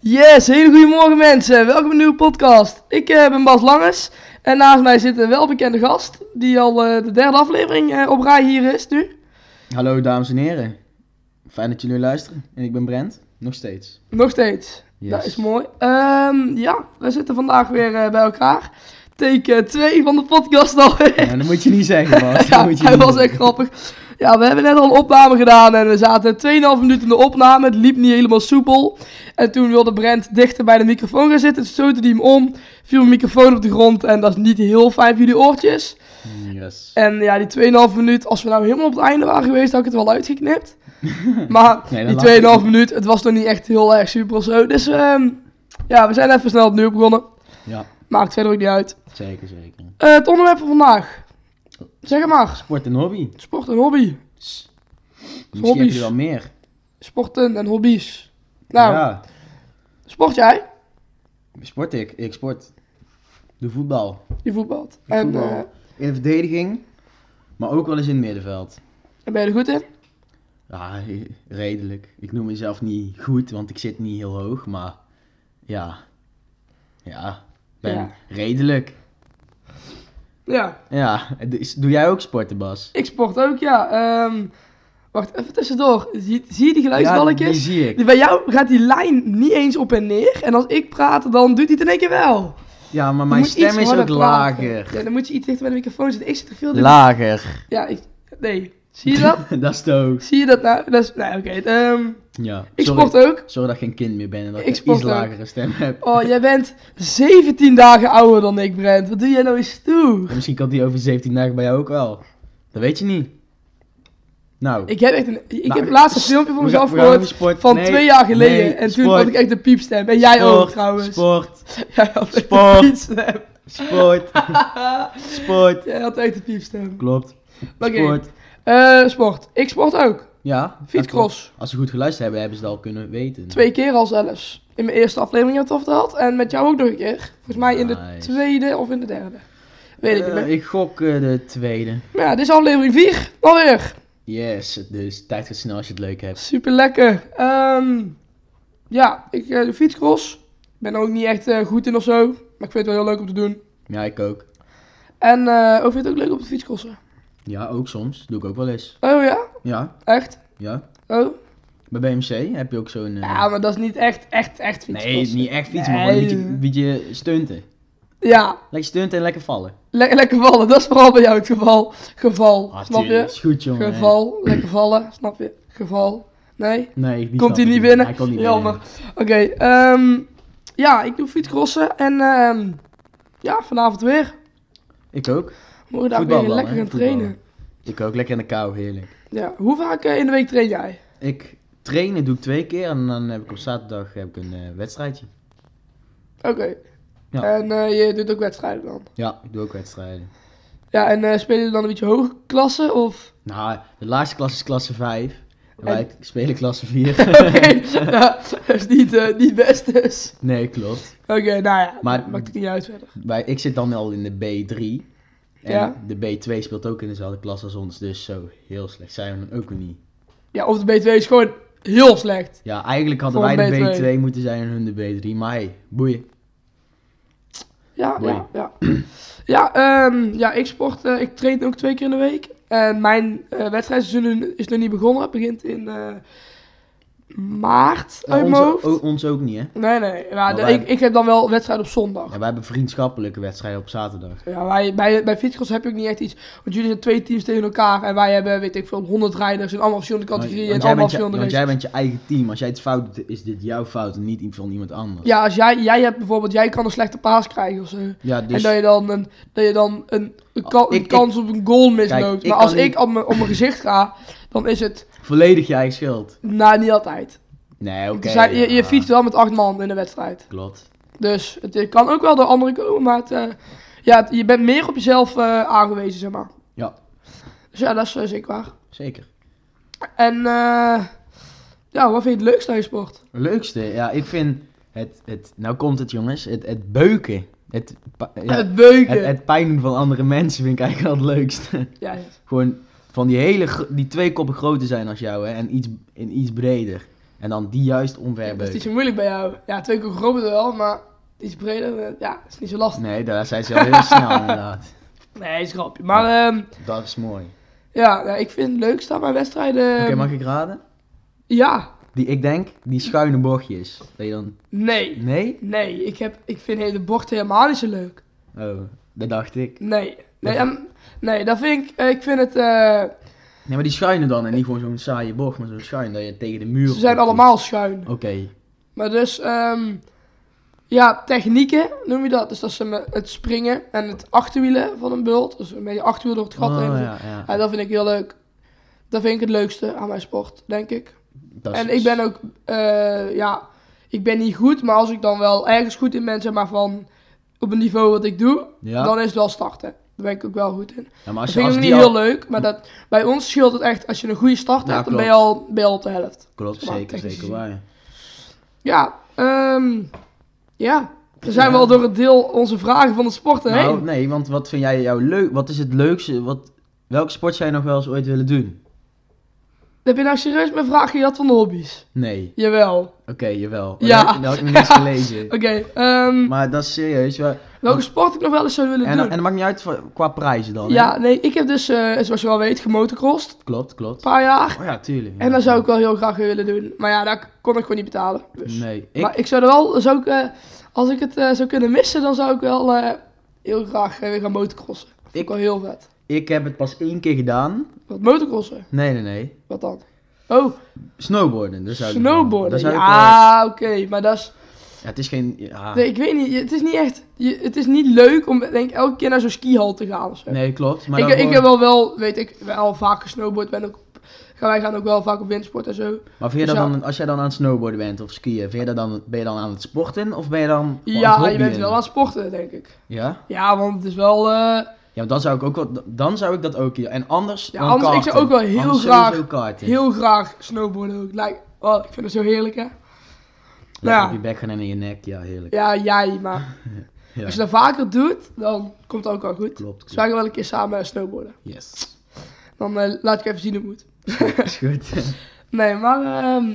Yes, hele goedemorgen mensen. Welkom bij een nieuwe podcast. Ik eh, ben Bas Langes en naast mij zit een welbekende gast die al eh, de derde aflevering eh, op rij hier is nu. Hallo dames en heren. Fijn dat jullie luisteren. En ik ben Brent, nog steeds. Nog steeds. Yes. Dat is mooi. Ehm, ja, we zitten vandaag weer eh, bij elkaar. Take 2 van de podcast alweer. Ja, dat moet je niet zeggen, Bas. Dat Ja, moet je hij niet was doen. echt grappig. Ja, we hebben net al een opname gedaan en we zaten 2,5 minuten in de opname. Het liep niet helemaal soepel. En toen wilde Brent dichter bij de microfoon gaan zitten. Toen stootte hij hem om, viel mijn microfoon op de grond en dat is niet heel fijn voor jullie oortjes. Yes. En ja, die 2,5 minuut, als we nou helemaal op het einde waren geweest, had ik het wel uitgeknipt. Maar Nee, dat laat die 2,5 minuut, het was nog niet echt heel erg super of zo. Dus ehm, ja, we zijn even snel opnieuw begonnen. Ja, Maakt verder ook niet uit. zeker, zeker. Eh, het onderwerp van vandaag. Zeg het maar, Sport en hobby. sport en hobby. S- Misschien heb Hobby's. je wel meer. sporten en hobby's. Nou, Ja, sport jij? sport ik. Ik sport. Doe voetbal. Je voetbalt. Ik En, voetbal. eh, In de verdediging, maar ook wel eens in het middenveld. en ben je er goed in? Ja, he- redelijk. Ik noem mezelf niet goed, want ik zit niet heel hoog, maar ja. Ja, ben Ja. redelijk. Ja, Ja, dus doe jij ook sporten, Bas? ik sport ook, ja. Ehm, wacht, even tussendoor. Zie, zie je die Ja, die geluidsbalkjes? zie ik. Die- Bij jou gaat die lijn niet eens op en neer. En als ik praat, dan doet hij het in één keer wel. Ja, maar Je mijn moet iets stem is harder ook praten. lager. Ja, dan moet je iets dichter bij de microfoon zitten. Ik zit er veel dichter. Lager. Ja, ik, nee. Zie je dat? dat is toch. zie je dat nou? Dat is, nou, oké. ehm, Ja. ik Sorry. sport ook. Sorry dat ik geen kind meer ben en Ik dat ik, een sport iets ook. lagere stem heb. Oh, jij bent 17 dagen ouder dan ik, Brent. Wat doe jij nou eens toe? En Misschien kan die over 17 dagen bij jou ook wel. Dat weet je niet. Nou. Ik heb echt een. Ik Nou, heb laatst een filmpje van we gaan- mezelf we gaan gehoord. over sport. Van Nee, twee jaar geleden. nee, en toen sport. had ik echt een piepstem. En jij ook sport, trouwens. Sport, Jij had echt Sport. een piepstem. sport, sport. Jij had echt een piepstem. Klopt. Oké. Sport. Eh, sport. Ik sport ook. Ja. dat klopt. Fietscross. Als ze goed geluisterd hebben, hebben ze het al kunnen weten. Twee keer al zelfs. In mijn eerste aflevering heb ik het al verteld. En met jou ook nog een keer. Volgens mij in de Nice. tweede of in de derde. Weet ik Eh, niet meer. ik gok eh, de tweede. Maar ja, dit is aflevering 4. Alweer. Yes, dus tijd gaat snel als je het leuk hebt. Super lekker. Ehm, ja, ik eh, doe fietscross. Ik ben er ook niet echt eh, goed in of zo. Maar ik vind het wel heel leuk om te doen. Ja, ik ook. En eh ook vind je het ook leuk op de fietscrossen? Ja, ook soms. Doe ik ook wel eens. Oh ja? Ja, Echt? ja. Oh? Bij BMC heb je ook zo'n... eh, Ja, maar dat is niet echt, echt, echt fietscrossen. nee, niet echt fietsen, maar gewoon Nou, Nee. een beetje, een beetje stunten. Ja, Lekker stunten en lekker vallen. le- lekker vallen. Dat is vooral bij jou het geval. Geval, snap Ah, tuurlijk, je? Is goed, jongen. Geval, lekker vallen, snap je? Geval. Nee? Nee, die Komt snap hij ik niet binnen? Hij kon niet Jammer. binnen. Oké, ehm, ja, ik doe fietscrossen en ehm, ja, vanavond weer. Ik ook. We moeten daar Voetbal weer dan, lekker hè? gaan trainen. Ik ook. Lekker in de kou, heerlijk. Ja, hoe vaak eh, in de week train jij? Ik trainen doe ik twee keer en dan heb ik op zaterdag heb ik een eh, wedstrijdje. Oké. Ja. En eh, je doet ook wedstrijden dan? Ja, ik doe ook wedstrijden. Ja, en eh spelen jullie dan een beetje hoge klassen of? Nou, de laatste klas is klasse 5. En En- wij spelen klasse 4. Oké, ja, dat is niet, eh, niet best dus. nee, klopt. Oké, nou ja, Maar- maakt het niet uit verder. Wij, ik zit dan al in de B3. En Ja. de B2 speelt ook in dezelfde klas als ons. Dus zo heel slecht zijn we dan ook weer niet. Ja, of de B2 is gewoon heel slecht. Ja, eigenlijk hadden Voor wij een de B2. B2. moeten zijn en hun de B3. Maar hey, boeien. Ja, Mooi. ja, ja. Ja, ehm, ja ik sport, eh, ik train ook twee keer in de week. En mijn eh wedstrijdseizoen is nog niet begonnen. Het begint in eh, maart Nou, uit ons, mijn hoofd. o- ons ook niet, hè? Nee, nee. Maar de- wij- ik, ik heb dan wel wedstrijd op zondag. Ja, wij hebben vriendschappelijke wedstrijden op zaterdag. Ja, wij, bij, bij Fietscross heb ik niet echt iets. Want jullie zijn twee teams tegen elkaar. En wij hebben, weet ik veel, 100 rijders in allemaal verschillende categorieën. En jij allemaal bent, je, verschillende want jij races. bent je eigen team. Als jij het fout doet, is dit jouw fout en niet die van iemand anders. Ja, als jij, jij hebt bijvoorbeeld, jij kan een slechte paas krijgen of zo. Ja, En dus dat je dan een, dat je dan een, een, ka- Ik- een ik- kans op een goal misloopt. ik maar als kan niet- ik op mijn, op mijn gezicht ga, dan is het, volledig je eigen schuld. nou niet altijd. Nee, oké. Er zijn- Dus je, je ja. fietst wel met acht man in de wedstrijd. Klopt. Dus het, het kan ook wel door anderen komen, maar het, eh, ja, het- je bent meer op jezelf eh, aangewezen, zeg maar. Ja, Dus ja, dat is eh, zeker waar. zeker. En eh, ja, wat vind je het leukste aan je sport? Leukste, ja, ik vind het, het nou komt het jongens, het, het beuken, het, pa- ja, het, het beuken. het, pijn doen van andere mensen vind ik eigenlijk wel het leukste. Ja, ja. Gewoon van die hele, gro- die twee koppen groter zijn als jou hè, en iets, en iets breder. En dan die juist omver Dat is niet beuken. zo moeilijk bij jou. Ja, twee keer groot wel, maar iets breder, eh, ja, is niet zo lastig. Nee, daar zijn ze wel heel snel inderdaad. Nee, is een grapje. Maar ehm, Dat is mooi. Oké, ja, nou, ik vind het leukste aan mijn wedstrijden... ehm, mag ik raden? Ja, Die, ik denk, die schuine bochtjes. Dat je dan... nee. Nee? Nee, ik, heb, ik vind hele bochten helemaal niet zo leuk. Oh, dat dacht ik. Nee. Nee, Waarom? en- nee dat vind ik... eh, Ik vind het... eh, Nee, maar die schuine dan. En niet gewoon zo'n saaie bocht, maar zo'n schuin dat je tegen de muur... ze zijn opdoet. allemaal schuin. Oké. Maar dus... ehm, ja, technieken noem je dat. Dus dat is hem, eh, het springen en het achterwielen van een bult. Dus met je achterwiel door het gat Oh, heen. ja, ja. Ja, dat vind ik heel leuk. Dat vind ik het leukste aan mijn sport, denk ik. Dat is- En ik ben ook, eh, ja, ik ben niet goed, maar als ik dan wel ergens goed in ben, zeg maar van op een niveau wat ik doe, Ja, dan is het wel starten. Daar ben ik ook wel goed in. ja maar dat als je vind ik als ook die niet al... heel leuk, maar dat, bij ons scheelt het echt, als je een goede start Ja, hebt, dan ben klopt. je, al, ben je al op de helft. Klopt, Maar zeker, technisch zeker gezien. waar. Ja, ehm, ja. We Ja. zijn wel door het deel onze vragen van de sporten Nou, heen. nee, want wat vind jij jou leuk? Wat is het leukste? Wat... Welke sport zou je nog wel eens ooit willen doen? Heb je nou serieus mijn vraag gehad van de hobby's? Nee. Jjawel. Oké, jawel. Ja. Dat, dat had ik nog niks gelezen. Oké, ehm, Maar dat is serieus. Wel... welke sport ik nog wel eens zou willen En, doen? en dat maakt niet uit voor- qua prijzen dan. hè? ja, nee, ik heb dus, eh, zoals je wel weet, gemotorcrossed. Klopt, Een klopt. paar jaar. Oh ja, tuurlijk. ja. En dat zou ik wel heel graag willen doen. Maar ja, dat kon ik gewoon niet betalen. Dus. Nee, ik... Maar ik zou er wel, zou ik, eh, als ik het eh, zou kunnen missen, dan zou ik wel eh, heel graag eh, weer gaan motocrossen. Dat vind ik Ik- wel heel vet. ik heb het pas één keer gedaan. Wat motocrossen? Nee, nee, nee. Wat dan? Oh, Snowboarden. Dat zou ik snowboarden. Dat zou ik wel- Ah. ja, oké. Maar dat is... ja, het is geen... Ja. Nee, Nee, ik weet niet. je- Het is niet echt... je- het is niet leuk om denk, ik, elke keer naar zo'n skihal te gaan of zo. klopt. Maar ik, dan ik gewoon- heb wel wel, weet ik, wel vaak gesnowboard. Ben ook, gaan wij gaan ook wel vaak op windsport en zo. Maar vind je dus dat ja. dan, als jij dan aan het snowboarden bent of skiën, vind je dat dan, ben je dan aan het sporten of ben je dan gewoon aan Ja, het je bent hobbyen? wel aan het sporten, denk ik. Ja? Ja, want het is wel. eh, Ja, want dan zou ik ook wel, dan zou ik dat ook hier. En anders Ja, dan anders- ik karten. zou ook wel heel Anders graag- sowieso karten. heel graag snowboarden ook. Lijkt, oh, ik vind het zo heerlijk, hè? Lekker ja. op je bek gaan en in je nek, ja heerlijk. Ja, jij, maar Ja. als je dat vaker doet, dan komt het ook wel goed. Klopt, Dus wij klopt. gaan wel een keer samen snowboarden. Yes. Dan eh, laat ik even zien hoe het moet. Is goed. Nee, maar ehm,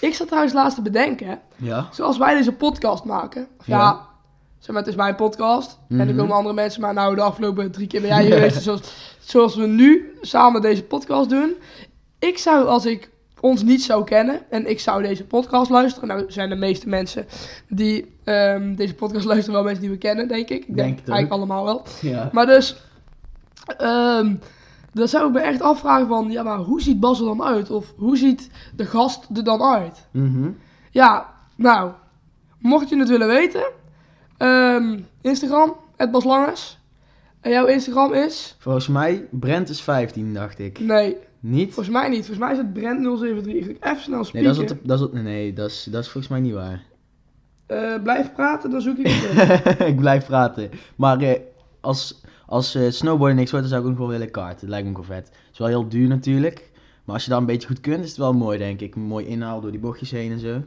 ik zat trouwens laatst te bedenken, hè. ja? Zoals wij deze podcast maken. Of ja, Ja. zeg maar, het is mijn podcast. En er Mhm. komen andere mensen, maar nou, de afgelopen drie keer ben jij hier geweest. Dus Zoals, zoals we nu samen deze podcast doen. Ik zou, als ik ons niet zou kennen en ik zou deze podcast luisteren. Nou, zijn de meeste mensen die ehm, deze podcast luisteren wel mensen die we kennen, denk ik. Ik Denk denk, het ook. eigenlijk allemaal wel. Ja. Maar dus, ehm, dan zou ik me echt afvragen van, ja, maar hoe ziet Bas er dan uit? Of hoe ziet de gast er dan uit? Mhm. Ja, nou, mocht je het willen weten, ehm, Instagram, @baslangers. En jouw Instagram is? Volgens mij, Brent is 15, dacht ik. Nee, Niet? volgens mij niet. Volgens mij is het Brent073. Ik ga even snel Nee, spieken. dat is, op de- dat is op- nee, nee dat, is, dat is volgens mij niet waar. Eh, blijf praten, dan zoek ik het op. ik blijf praten. Maar eh, als, als eh, snowboarden niks wordt, dan zou ik ook nog wel willen karten. Dat lijkt me ook wel vet. Het is wel heel duur natuurlijk. Maar als je dat een beetje goed kunt, is het wel mooi, denk ik. Mooi inhaal door die bochtjes heen en zo.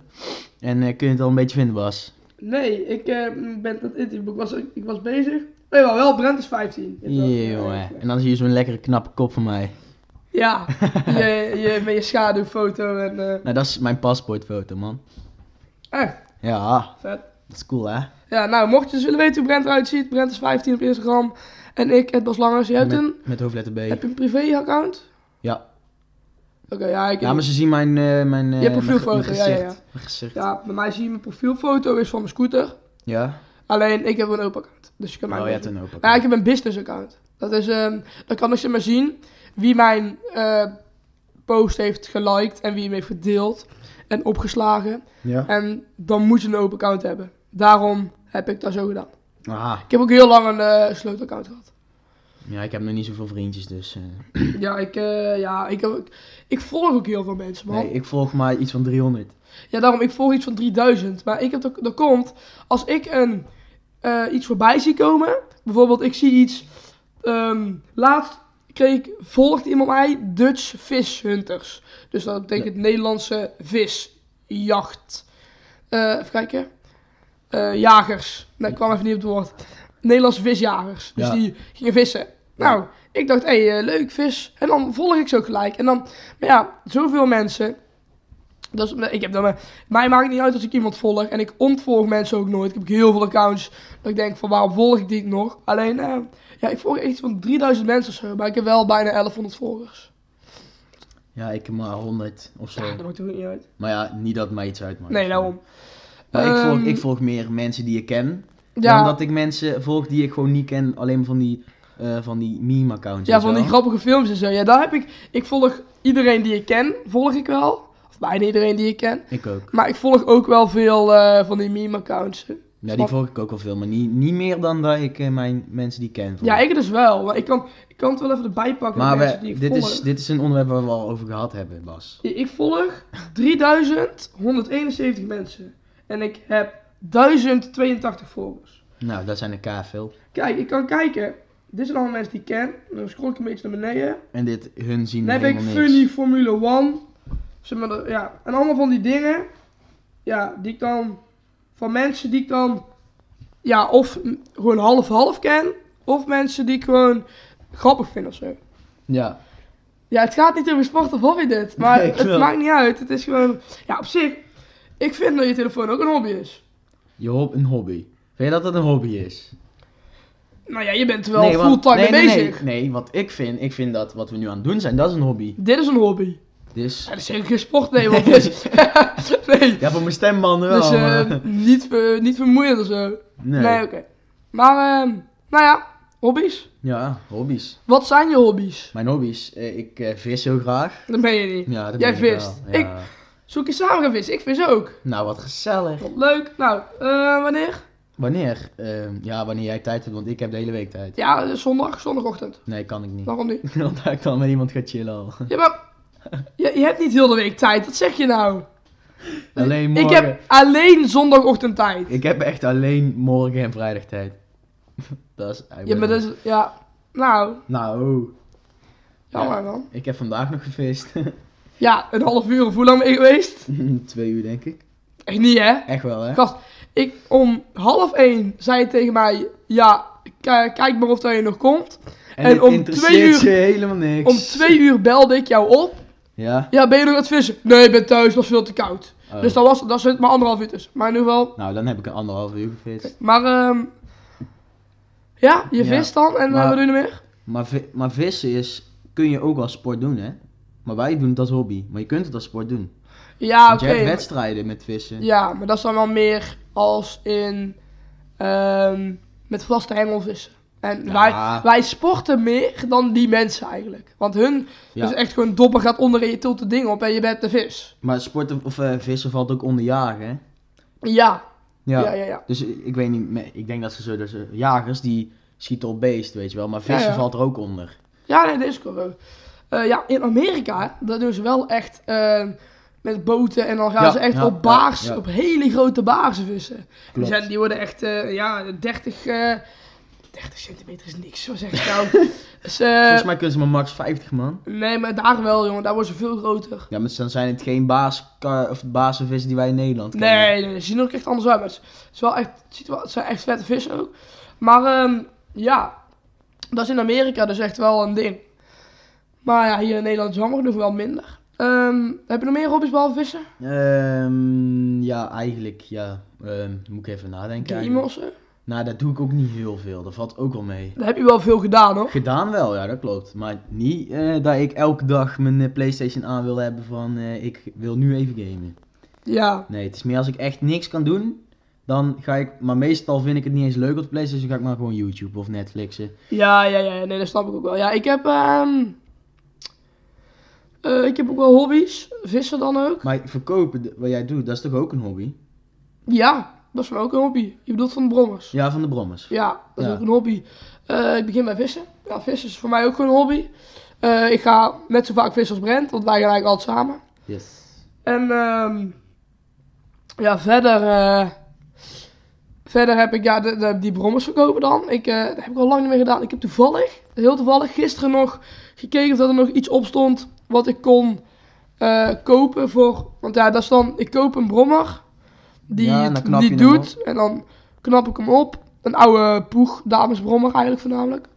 En eh, kun je het al een beetje vinden, Bas? Nee, ik eh, ben dat interviewboek. Was, ik was bezig. Nee, maar wel, Brent is 15. Je hebt wel- Jongen. En dan zie je zo'n lekkere knappe kop van mij. Ja, je, je, met je schaduwfoto en... eh, Nou, dat is mijn paspoortfoto, man. echt, Ja, vet. dat is cool, hè? Ja, nou, mocht je dus willen weten hoe Brent eruit ziet, Brent is 15 op Instagram. En ik, het Bas Langers. Je hebt met, een... met hoofdletter B. Heb je een privé-account? Ja. Oké, ja, ik Ja, maar ze zien mijn... eh mijn eh, mijn ge- profielfoto, mijn ja, ja, gezicht. ja. Mijn gezicht. Ja. ja, bij mij zie je mijn profielfoto is van mijn scooter. Alleen, ik heb een open account. Dus je kan mij Oh, niet je hebt zien. een open. Ja, ik heb een business account. Dat is, ehm dan kan ik zeg maar zien wie mijn eh, post heeft geliked en wie hem heeft gedeeld en opgeslagen. Ja. En dan moet je een open account hebben. Daarom heb ik dat zo gedaan. Aha. Ik heb ook heel lang een eh slootaccount gehad. Ah, Ja, ik heb nog niet zoveel vriendjes, dus... eh. ja, ik, eh, ja ik, heb, ook- ik volg ook heel veel mensen, man. Nee, ik volg maar iets van 300. Ja, daarom, ik volg iets van 3000. Maar ik heb dat, dat komt, als ik een, eh, iets voorbij zie komen, bijvoorbeeld ik zie iets, ehm, laatst kreeg ik, volgt iemand mij Dutch Fish Hunters. Dus dat betekent Nederlandse visjacht. Eh, even kijken. Eh, jagers. Nee, ik kwam even niet op het woord. Nederlandse visjagers. Dus Ja. die gingen vissen. Nou, ik dacht, hé, hey, eh, leuk, vis. En dan volg ik ze ook gelijk. En dan, maar ja, zoveel mensen Dus eh, ik heb dan, eh, mij maakt het niet uit als ik iemand volg. En ik ontvolg mensen ook nooit. Ik heb heel veel accounts. Dat ik denk van waarom volg ik die nog? Alleen, eh, ja, ik volg echt iets van 3000 mensen of zo. Maar ik heb wel bijna 1100 volgers. Ja, ik heb maar 100 of zo. Ja, dat maakt toch niet uit. Maar ja, niet dat het mij iets uitmaakt. Nee, daarom. Maar ik, volg, Ehm, ik volg meer mensen die ik ken. Dan Ja, dat ik mensen volg die ik gewoon niet ken. Alleen maar van die, eh, van die meme-accounts. ja weet van je die wel. grappige films en zo. Ja, daar heb ik. Ik volg iedereen die ik ken, volg ik wel. Of bijna iedereen die ik ken. Ik ook. Maar ik volg ook wel veel eh, van die meme-accounts. Ja, die Snap- volg ik ook wel veel. Maar niet, niet meer dan dat ik eh, mijn mensen die ik ken volg. Ja, ik dus wel. Maar ik kan, ik kan het wel even erbij pakken. de maar mensen we- die ik dit, volg. is, dit is een onderwerp waar we al over gehad hebben, Bas. Ik volg 3171 mensen. En ik heb 1082 volgers. Nou, dat zijn er k veel. Kijk, ik kan kijken. Dit zijn allemaal mensen die ik ken. Dan scroll ik een beetje naar beneden. En dit, hun zien Dan heb ik helemaal Funny niks. Formule 1. Zeg maar, dat- ja. En allemaal van die dingen. Ja, die ik dan... Van mensen die ik dan... Ja, of m- gewoon half-half ken. Of mensen die ik gewoon grappig vind of zo. Ja, Ja, het gaat niet over sport of hobby dit. Maar Nee, het klopt. maakt niet uit. Het is gewoon... Ja, op zich... Ik vind dat je telefoon ook een hobby is. je hob een hobby. Vind je dat dat een hobby is? Nou ja, je bent er wel want- fulltime nee, mee nee, bezig. Nee, nee, wat ik vind, ik vind dat wat we nu aan het doen zijn, dat is een hobby. Dit is een hobby. Dus, Ja, dat is zeker geen sport, nee, want dit is... nee. ja, voor mijn stembanden wel. Dus eh, maar- niet, ver- niet vermoeiend of zo. nee. Nee, oké. Maar, ehm nou ja, hobby's. Ja, hobby's. Wat zijn je hobby's? Mijn hobby's, eh, ik eh, vis heel graag. Dat ben je niet. Ja, dat Jij ben ik vist. wel, ja. Zoek je samen gaan vissen? Ik vis ook. Nou, wat gezellig. Wat leuk. Nou, eh, wanneer? Wanneer? Ehm, ja, wanneer jij tijd hebt, want ik heb de hele week tijd. Ja, eh, zondag, zondagochtend. Nee, kan ik niet. Waarom niet? Want daar ik dan met iemand ga chillen al. Ja, maar je, je hebt niet heel de week tijd. Wat zeg je nou? Alleen Ik morgen. heb alleen zondagochtend tijd. Ik heb echt alleen morgen en vrijdag tijd. dat is eigenlijk Ja, maar dat is... dus- Ja, nou, Nou, jammer man. ik heb vandaag nog gevist. Ja, een half uur of hoe lang ben je geweest? Twee uur denk ik. Echt niet, hè? Echt wel hè? Gast, ik om half één zei je tegen mij, ja, k- kijk maar of dat je nog komt. en dit om interesseert twee uur- je helemaal niks. Om twee uur belde ik jou op. Ja? Ja, ben je nog aan het vissen? Nee, ik ben thuis, het was veel te koud. Oh. Dus dat was, dat zit maar anderhalf uur tussen. Maar in ieder geval, Nou, dan heb ik een anderhalf uur gevist. maar ehm ja, je Ja, vist dan en eh, maar- wat doe je nog meer? Maar, vi- maar vissen is, kun je ook als sport doen hè? Maar wij doen het als hobby. Maar je kunt het als sport doen. Ja, Want Ah, oké. je hebt maar- wedstrijden met vissen. ja, maar dat is dan wel meer als in ehm, met vaste hengelvissen. En Ja. wij, wij sporten meer dan die mensen eigenlijk. Want hun Ja. is echt gewoon doppen gaat onder en je tilt de ding op en je bent de vis. Maar sporten of eh, vissen valt ook onder jagen hè? Ja, ja, ja, ja. Dus eh, ik weet niet, me- ik denk dat ze zo, dus, eh, jagers die schieten op beest, weet je wel. Maar vissen Ja, Eh, ja. valt er ook onder. Ja, nee, dat is correct. Eh, ja, in Amerika, dat doen ze wel echt eh, met boten en dan gaan Ja, ze echt ja, ja, op baars, ja. op hele grote baarsen vissen. Die, Klopt. zijn, die worden echt, eh, ja, 30, eh 30 centimeter is niks, zo zeg ik nou. Dus, eh, Volgens mij kunnen ze maar max 50 man. Nee, maar daar wel, jongen, daar worden ze veel groter. Ja, maar dan zijn het geen baas, ka- of bazenvissen die wij in Nederland kennen. Nee, nee, nee, ze zien er ook echt anders uit. Maar het, is- het is wel echt, het, ziet er wel- het zijn echt vette vissen ook. Maar ehm, ja, dat is in Amerika dus echt wel een ding. Maar ja, hier in Nederland jammer genoeg wel minder. Ehm, heb je nog meer hobby's behalve vissen? Ehm, ja, eigenlijk, ja. Ehm, moet ik even nadenken. eigenlijk. Gameossen? Nou, dat doe ik ook niet heel veel. Dat valt ook wel mee. Daar heb je wel veel gedaan hoor. Gedaan wel, ja, dat klopt. Maar niet eh, dat ik elke dag mijn eh, PlayStation aan wil hebben van eh, ik wil nu even gamen. Ja, Nee, het is meer als ik echt niks kan doen, dan ga ik. Maar meestal vind ik het niet eens leuk op de PlayStation, ga ik maar gewoon YouTube of Netflixen. ja, ja, ja, nee, dat snap ik ook wel. Ja, ik heb, ehm, eh, ik heb ook wel hobby's. Vissen dan ook. Maar verkopen, de- wat jij doet, dat is toch ook een hobby? Ja, dat is van ook een hobby. Je bedoelt van de brommers. Ja, van de brommers. Ja, dat is Ja. ook een hobby. Eh, ik begin bij vissen. Ja, vissen is voor mij ook gewoon een hobby. Eh, ik ga net zo vaak vissen als Brent, want wij gaan eigenlijk altijd samen. Yes. En ehm, ja, verder, eh, verder heb ik ja, de, de- die brommers verkopen dan. Ik, eh, dat heb ik al lang niet meer gedaan. Ik heb toevallig, heel toevallig, gisteren nog gekeken of dat er nog iets op stond wat ik kon eh, kopen voor... Want ja, dat is dan, ik koop een brommer, die, Ja, en dan het- knap die je hem doet, en dan knap ik hem op. Een oude poeg, damesbrommer eigenlijk voornamelijk.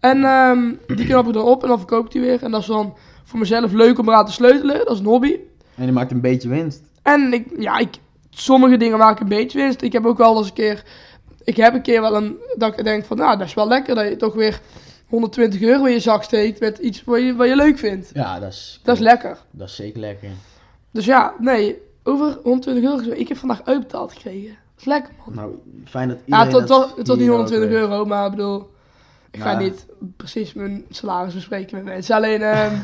En ehm, die knap ik dan op en dan verkoop ik die weer. En dat is dan voor mezelf leuk om eraan te sleutelen, dat is een hobby. Oké. En die maakt een beetje winst. En ik, ja, ik, sommige dingen maken een beetje winst. Ik heb ook wel eens een keer, ik heb een keer wel een, dat ik denk van, nou, dat is wel lekker dat je toch weer 120 euro in je zak steekt met iets wat je, wat je leuk vindt. Ja, dat is... Dat is lekker. Dat is zeker lekker. Dus ja, nee, over 120 euro, gesproken, ik heb vandaag uitbetaald gekregen. Dat is lekker, man. Nou, fijn dat Ja, iedereen... tot, tot, dat- tot die iedereen 120 ook weet. euro, maar ik bedoel, ik ga Ja. niet precies mijn salaris bespreken met mensen. Alleen, ehm,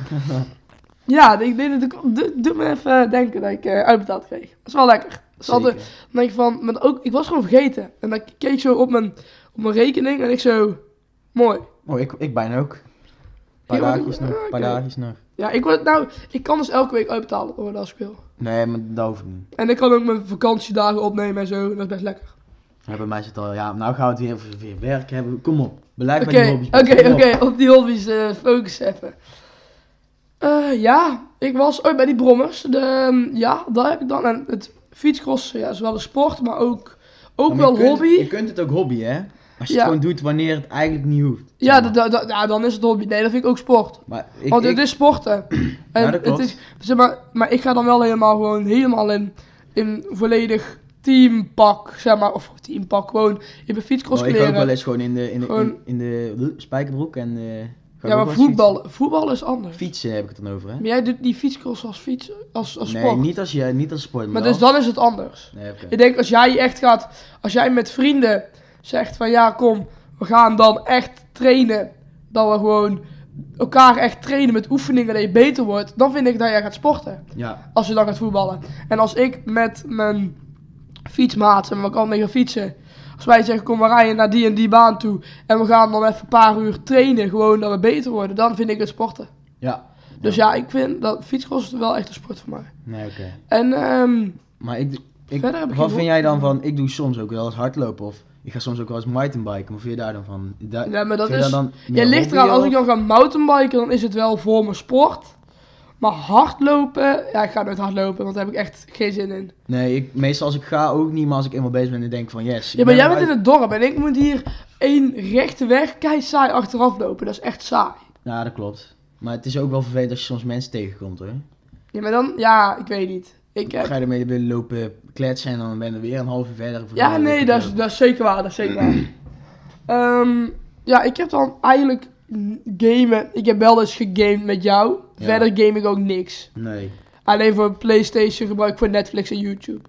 ja, ik deed het ook- do- doet me even denken dat ik eh, uitbetaald kreeg. Dat is wel lekker. Dat is altijd, Zeker. dan denk ik van, maar ook, ik was gewoon vergeten. En dan keek ik zo op mijn, op mijn rekening en ik zo, mooi. Oh, ik, ik bijna ook. Paar Je ook? dagjes nog, Ah, paar oké. dagjes nog. Ja, ik, word, nou, ik kan dus elke week uitbetaald worden als ik wil. Nee, maar dat hoeft niet. En ik kan ook mijn vakantiedagen opnemen en zo, dat is best lekker. Ja, bij mij zit al, ja, nou gaan we het weer over weer werk hebben. Kom op, beleid met die Oké, hobby's. oké, Kom op. oké, op die hobby's eh focus even. Eh, ja, ik was ooit bij die brommers. De, ehm, ja, daar heb ik dan. En het fietscrossen ja, is wel een sport, maar ook, ook Maar wel je kunt- hobby. Je kunt het ook hobby, hè? Als je Ja. het gewoon doet wanneer het eigenlijk niet hoeft. Ja, zeg maar. da- da- ja, dan is het hobby. Nee, dat vind ik ook sport. Maar ik, Want ik, het is sporten. En Ja, dat klopt. Het is, zeg maar, maar ik ga dan wel helemaal gewoon helemaal in, in volledig teampak, zeg maar. Of teampak, gewoon in mijn oh, ik fietscrosskleren. ga ook wel eens gewoon in de, in de, Gewoon- in, in de spijkerbroek en... eh, ga ik ook ja, wel maar eens voetbal, voetbal is anders. Fietsen. Fietsen heb ik het dan over, hè? Maar jij doet die fietscross als fiets, als, als nee, sport. Niet, als, ja, niet als sport, maar, Maar wel- dus dan is het anders. Nee, oké. Ik denk als jij echt gaat, als jij met vrienden zegt van ja kom, we gaan dan echt trainen. Dat we gewoon elkaar echt trainen met oefeningen dat je beter wordt. Dan vind ik dat jij gaat sporten. Ja, Als je dan gaat voetballen. En als ik met mijn fietsmaat en we kan mee gaan fietsen. Als wij zeggen kom we rijden naar die en die baan toe. En we gaan dan even een paar uur trainen gewoon dat we beter worden. Dan vind ik het sporten. ja. Dus ja, ik vind dat fietscross is wel echt een sport voor mij. Nee, oké. En ehm, Maar ik, ik, Verder heb ik wat geen vind jij dan van, ik doe soms ook wel eens hardlopen of ik ga soms ook wel eens mountainbiken. Wat vind je daar dan van? Da- ja, maar dat vind je is... daar dan Ja, meer ligt eraan. hobby Als ik of- dan ga mountainbiken, dan is het wel voor mijn sport. Maar hardlopen, ja, ik ga nooit hardlopen, want daar heb ik echt geen zin in. Nee, ik, meestal als ik ga ook niet, maar als ik eenmaal bezig ben, dan denk ik van yes. ik Ja, maar ben jij eruit. bent in het dorp en ik moet hier één rechte weg kei saai achteraf lopen. Dat is echt saai. Ja, dat klopt. Maar het is ook wel vervelend als je soms mensen tegenkomt hoor. Ja, maar dan, ja, ik weet niet. Ik, Dan heb- ga je ermee willen lopen kletsen en dan ben je weer een half uur verder. voor ja, de- nee, dat is, dat is zeker waar, dat is zeker waar. Ehm, ja, ik heb dan eigenlijk mm, gamen. Ik heb wel eens gegamed met jou. Ja. Verder game ik ook niks. Nee. Alleen voor PlayStation gebruik ik voor Netflix en YouTube.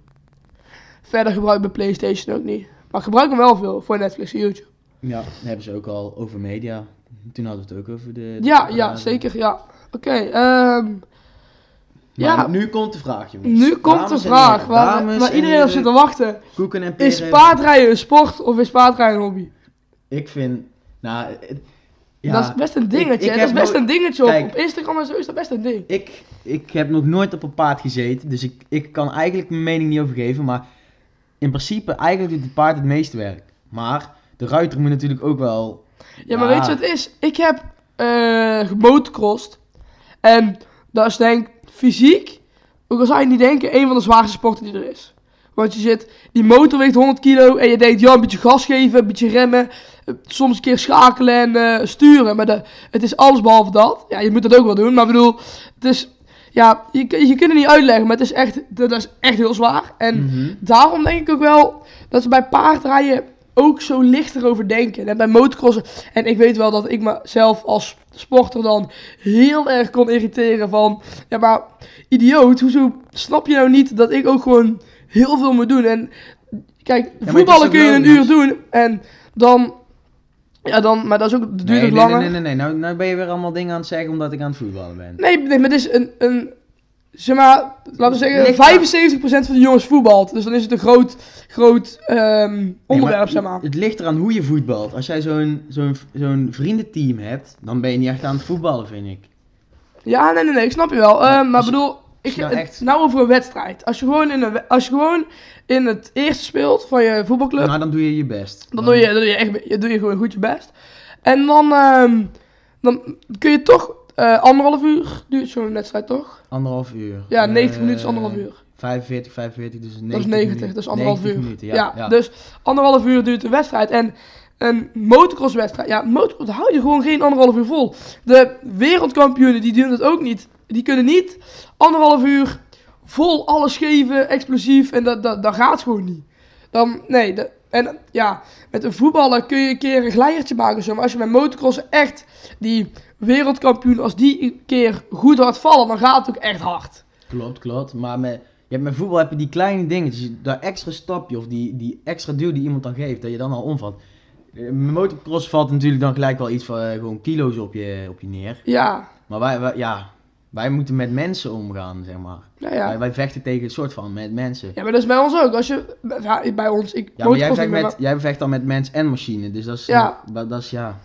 Verder gebruik ik mijn PlayStation ook niet. Maar ik gebruik hem wel veel voor Netflix en YouTube. Ja, dat hebben ze ook al over media. Toen hadden we het ook over de... de Ja, ja, apparaten. zeker, ja. Oké, ehm, Maar Ja. nu komt de vraag jongens. nu komt de Dames en vraag heren, waar, dames waar en iedereen op heren, zit te wachten. Koeken en peren. Is paardrijden een sport of is paardrijden een hobby? Ik vind... Nou, het- ja, Dat is best een Ik- dingetje, hè. ik heb dat is best nooit- een dingetje. Op, Kijk. op Instagram en zo is dat best een ding. ik, ik heb nog nooit op een paard gezeten, dus ik, ik kan eigenlijk mijn mening niet over geven. Maar in principe, eigenlijk doet het paard het meeste werk. Maar de ruiter moet natuurlijk ook wel... Ja, maar weet je wat het is? Ik heb eh gemotocrossed. En dat is denk ik fysiek, ook al zou je het niet denken, een van de zwaarste sporten die er is. Want je zit, die motor weegt 100 kilo en je denkt, ja, een beetje gas geven, een beetje remmen. eh, Soms een keer schakelen en eh, sturen. Maar de, het is alles behalve dat. Ja, je moet dat ook wel doen. Maar ik bedoel, het is, ja, je, kun- je kunt het niet uitleggen, maar het is echt, dat is echt heel zwaar. En Mhm. daarom denk ik ook wel dat ze bij paardrijden ook zo lichter over denken. En bij motocrossen. En ik weet wel dat ik mezelf als sporter dan heel erg kon irriteren van... Ja, maar idioot, hoezo snap je nou niet dat ik ook gewoon heel veel moet doen? En kijk, is voetballen toch kun je een uur logisch? doen en dan... Ja, dan, maar dat, is ook, dat duurt nee, ook nee, langer. nee, nee, nee, Nou, nou ben je weer allemaal dingen aan het zeggen omdat ik aan het voetballen ben. Nee, nee, maar dit is een, een zeg maar, laten we Ligt aan- zeggen, 75% van de jongens voetbalt. Dus dan is het een groot, groot ehm, onderwerp, maar zeg maar. Het ligt eraan hoe je voetbalt. Als jij zo'n zo'n zo'n vriendenteam hebt, dan ben je niet echt aan het voetballen, vind ik. Ja, nee, nee, nee, ik snap je wel. Maar Ehm, maar als- bedoel, ik, je nou het- echt- nou over een wedstrijd. Als je gewoon in, een, we- als je gewoon in het eerste speelt van je voetbalclub, Nou, dan doe je je best. dan doe je, dan doe je, echt, je, doe je gewoon goed je best. En dan, ehm, dan kun je toch, eh, anderhalf uur duurt zo'n wedstrijd toch? Anderhalf uur. Ja, 90 minuten is Eh, anderhalf uur. 45, 45, dus 90 Dat is 90, minuten. dat is anderhalf 90 uur. minuten, ja, ja. ja. dus anderhalf uur duurt de wedstrijd. En een motocrosswedstrijd, ja, motocross hou je gewoon geen anderhalf uur vol. De wereldkampioenen, die doen dat ook niet. Die kunnen niet anderhalf uur vol alles geven, explosief. En dat, dat, dat gaat gewoon niet. Dan, nee, dat- en ja, met een voetballer kun je een keer een glijertje maken. of Zo. Maar als je met motocrossen echt die wereldkampioen, als die een keer goed hard vallen, dan gaat het ook echt hard. Klopt, klopt. Maar met, ja, met voetbal heb je die kleine dingetjes, dat extra stapje of die, die extra duw die iemand dan geeft, dat je dan al omvat. Eh, Met motocross valt natuurlijk dan gelijk wel iets van eh, gewoon kilo's op je, op je neer. Ja, Maar wij, wij- ja, wij moeten met mensen omgaan, zeg maar. nou ja. Wij, wij vechten tegen een soort van met mensen. Ja, maar dat is bij ons ook. Als je, ja, bij ons, ik Ja, maar jij motocross vecht, niet meer, met, jij vecht dan met mens en machine, dus dat is Ja. dat, dat is ja.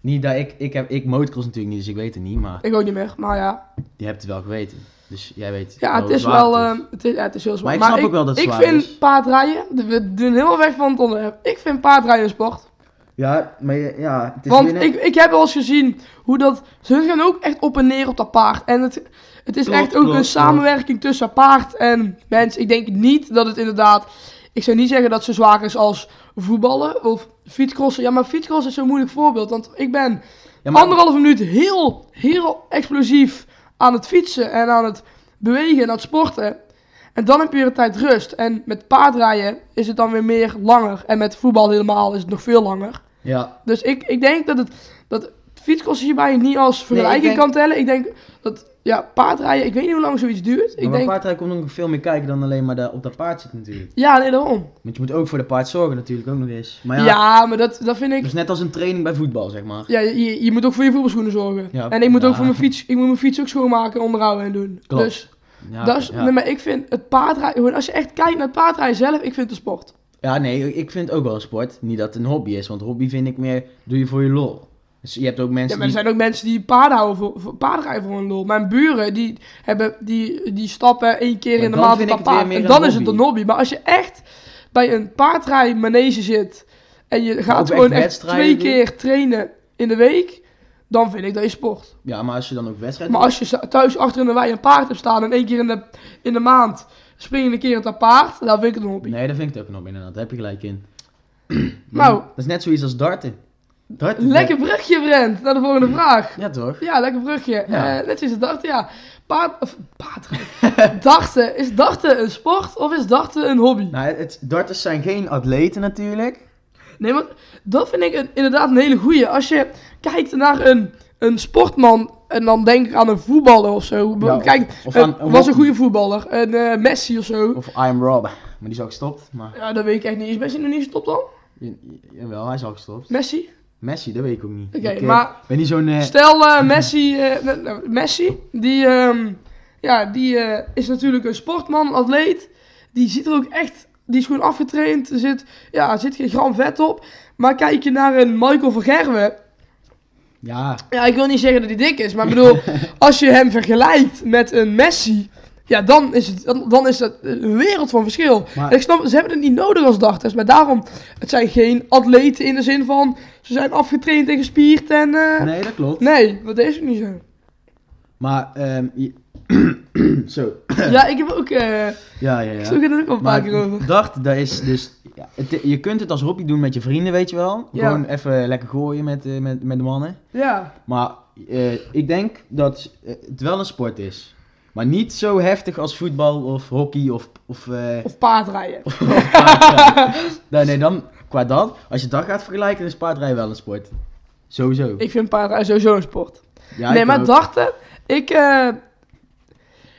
Niet dat ik, ik heb, ik motocross natuurlijk niet, dus ik weet het niet, maar maar- ik ook niet meer, maar ja. je hebt het wel geweten. Dus jij weet Ja, het is zwaar wel, het is. ehm, het is, ja, het is heel zwaar. Maar ik snap ook wel dat het ik zwaar vind is. paardrijden, de- we doen helemaal weg van het onderwerp. Ik vind paardrijden een sport. Ja, maar je- ja, het is eh, Want winnen. ik, ik heb wel eens gezien hoe dat, ze gaan ook echt op en neer op dat paard. En het, het is Klopt, echt ook klopt, een klopt. samenwerking tussen paard en mens. Ik denk niet dat het inderdaad, ik zou niet zeggen dat ze zwaar is als voetballen of fietscrossen. Ja, maar fietscrossen is zo'n moeilijk voorbeeld, want ik ben Ja, maar- anderhalve minuut heel, heel explosief aan het fietsen en aan het bewegen en aan het sporten. En dan heb je weer een tijd rust. En met paardrijden is het dan weer meer langer. En met voetbal helemaal is het nog veel langer. Ja, Dus ik, ik denk dat het dat fietskosten hierbij niet als vergelijking denk- kan tellen. Ik denk dat ja, paardrijden, ik weet niet hoe lang zoiets duurt. maar Ik denk, paardrijden komt nog veel meer kijken dan alleen maar daar op dat paard zitten natuurlijk. ja, nee, daarom. Want je moet ook voor de paard zorgen natuurlijk ook nog eens. Maar Ja, ja, maar dat, dat vind ik. dus net als een training bij voetbal zeg maar. Ja, je, je moet ook voor je voetbalschoenen zorgen. Ja, en ik moet ook ja. voor mijn fiets, ik moet mijn fiets ook schoonmaken, onderhouden en doen. Klopt. Dus Ja, dat is, ja. nee, maar ik vind het paardrijden, gewoon als je echt kijkt naar het paardrijden zelf, ik vind het een sport. Ja, nee, ik vind het ook wel een sport. Niet dat het een hobby is, want hobby vind ik meer, doe je voor je lol. Dus je hebt ook Ja, mensen maar er die... zijn ook mensen die paarden houden voor, voor paardrijden voor hun lol. Mijn buren die, hebben, die, die stappen één keer Maar in de dan maand op vind dat ik het weer paard. meer En een dan is het hobby. een hobby. Maar als je echt bij een paardrijmanege zit en je ook gaat gewoon echt echt, wedstrijden twee doen. keer trainen in de week, dan vind ik dat je sport. Ja, maar als je dan ook wedstrijd Maar als je sta- thuis achter in de wei een paard hebt staan en één keer in de, in de maand spring je een keer op dat paard, dan vind ik het een hobby. Nee, dat vind ik het ook een hobby inderdaad, daar heb je gelijk in. Nou. Dat is net zoiets als darten. darten Lekker brugje, Brent, naar de volgende Hmm. vraag. Ja toch? Ja, lekker brugje. Ja. Eh, net zoals darten, ja. Paard, of, paard- darten. Is darten een sport of is darten een hobby? Nou, het, darters zijn geen atleten natuurlijk. Nee, want dat vind ik een- inderdaad een hele goeie. Als je kijkt naar een, een sportman en dan denk ik aan een voetballer of zo. Ja, of- Kijk, of eh, aan was een hobby. een goede voetballer. Een eh, Messi of zo. Of I'm Rob. Maar die is al gestopt. Maar, Ja, dat weet ik echt niet. Is Messi nog niet gestopt dan? J- j- jawel, hij is al gestopt. Messi? Messi, dat weet ik ook niet. Oké, Ik, eh, maar- ben niet zo'n... eh, Stel eh, Messi, eh, nou, nou, Messi, die, ehm, ja, die eh, is natuurlijk een sportman, een atleet. Die ziet er ook echt, die is gewoon afgetraind. Er zit, ja, er zit geen gram vet op. Maar kijk je naar een Michael van Gerwen. ja, Ja, ik wil niet zeggen dat hij dik is, maar ik bedoel, als je hem vergelijkt met een Messi. Ja, dan is, het, dan, dan is dat een wereld van verschil. Maar- En ik snap, ze hebben het niet nodig als darters. Maar daarom, het zijn geen atleten in de zin van... Ze zijn afgetraind en gespierd en... eh, nee, dat klopt. Nee, dat is ook niet zo. Maar, ehm, je- zo. Ja, ik heb ook. eh Ja, ja, Ik ja. sloeg het er ook al een paar keer over. dacht, dat is dus... Ja, het- je kunt het als hobby doen met je vrienden, weet je wel. Ja. Gewoon even lekker gooien met, eh, met, met de mannen. Ja. Maar eh, ik denk dat eh, het wel een sport is. Maar niet zo heftig als voetbal of hockey of... of eh, Of paardrijden. nee, nee, dan qua dat. Als je dat gaat vergelijken, dan is paardrijden wel een sport. Sowieso. Ik vind paardrijden sowieso een sport. Ja, nee, ik maar ook. dachten. Ik. eh,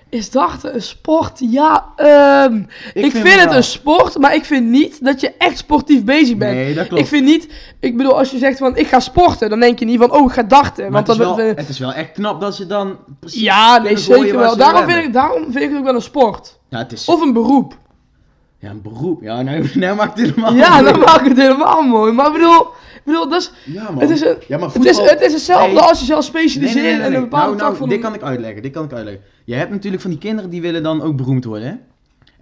is dachten een sport? Ja, ehm, ik, vind, het wel. een sport, maar ik vind niet dat je echt sportief bezig bent. Nee, dat klopt. Ik vind niet, ik bedoel, als je zegt van ik ga sporten, dan denk je niet van oh, ik ga darten. Maar Want het, dan is wel, het is wel echt knap dat ze dan... precies ja, nee, kunnen gooien zeker waar wel. ze Daarom willen. vind, ik, daarom vind ik het ook wel een sport. Ja, het is Of een beroep. ja, een beroep. Ja, nou, nou maakt het helemaal Ja, niet dan uit. maak ik het helemaal mooi. Maar ik bedoel, ik bedoel dat is, Ja, man. het is een- ja, maar Het is, voetbal- het is hetzelfde Nee. als je zelf Nee, nee, specialiseert nee, nee, en nee. een bepaalde nou, nou, tak van... dit kan ik uitleggen, dit kan ik uitleggen. Je hebt natuurlijk van die kinderen die willen dan ook beroemd worden, hè?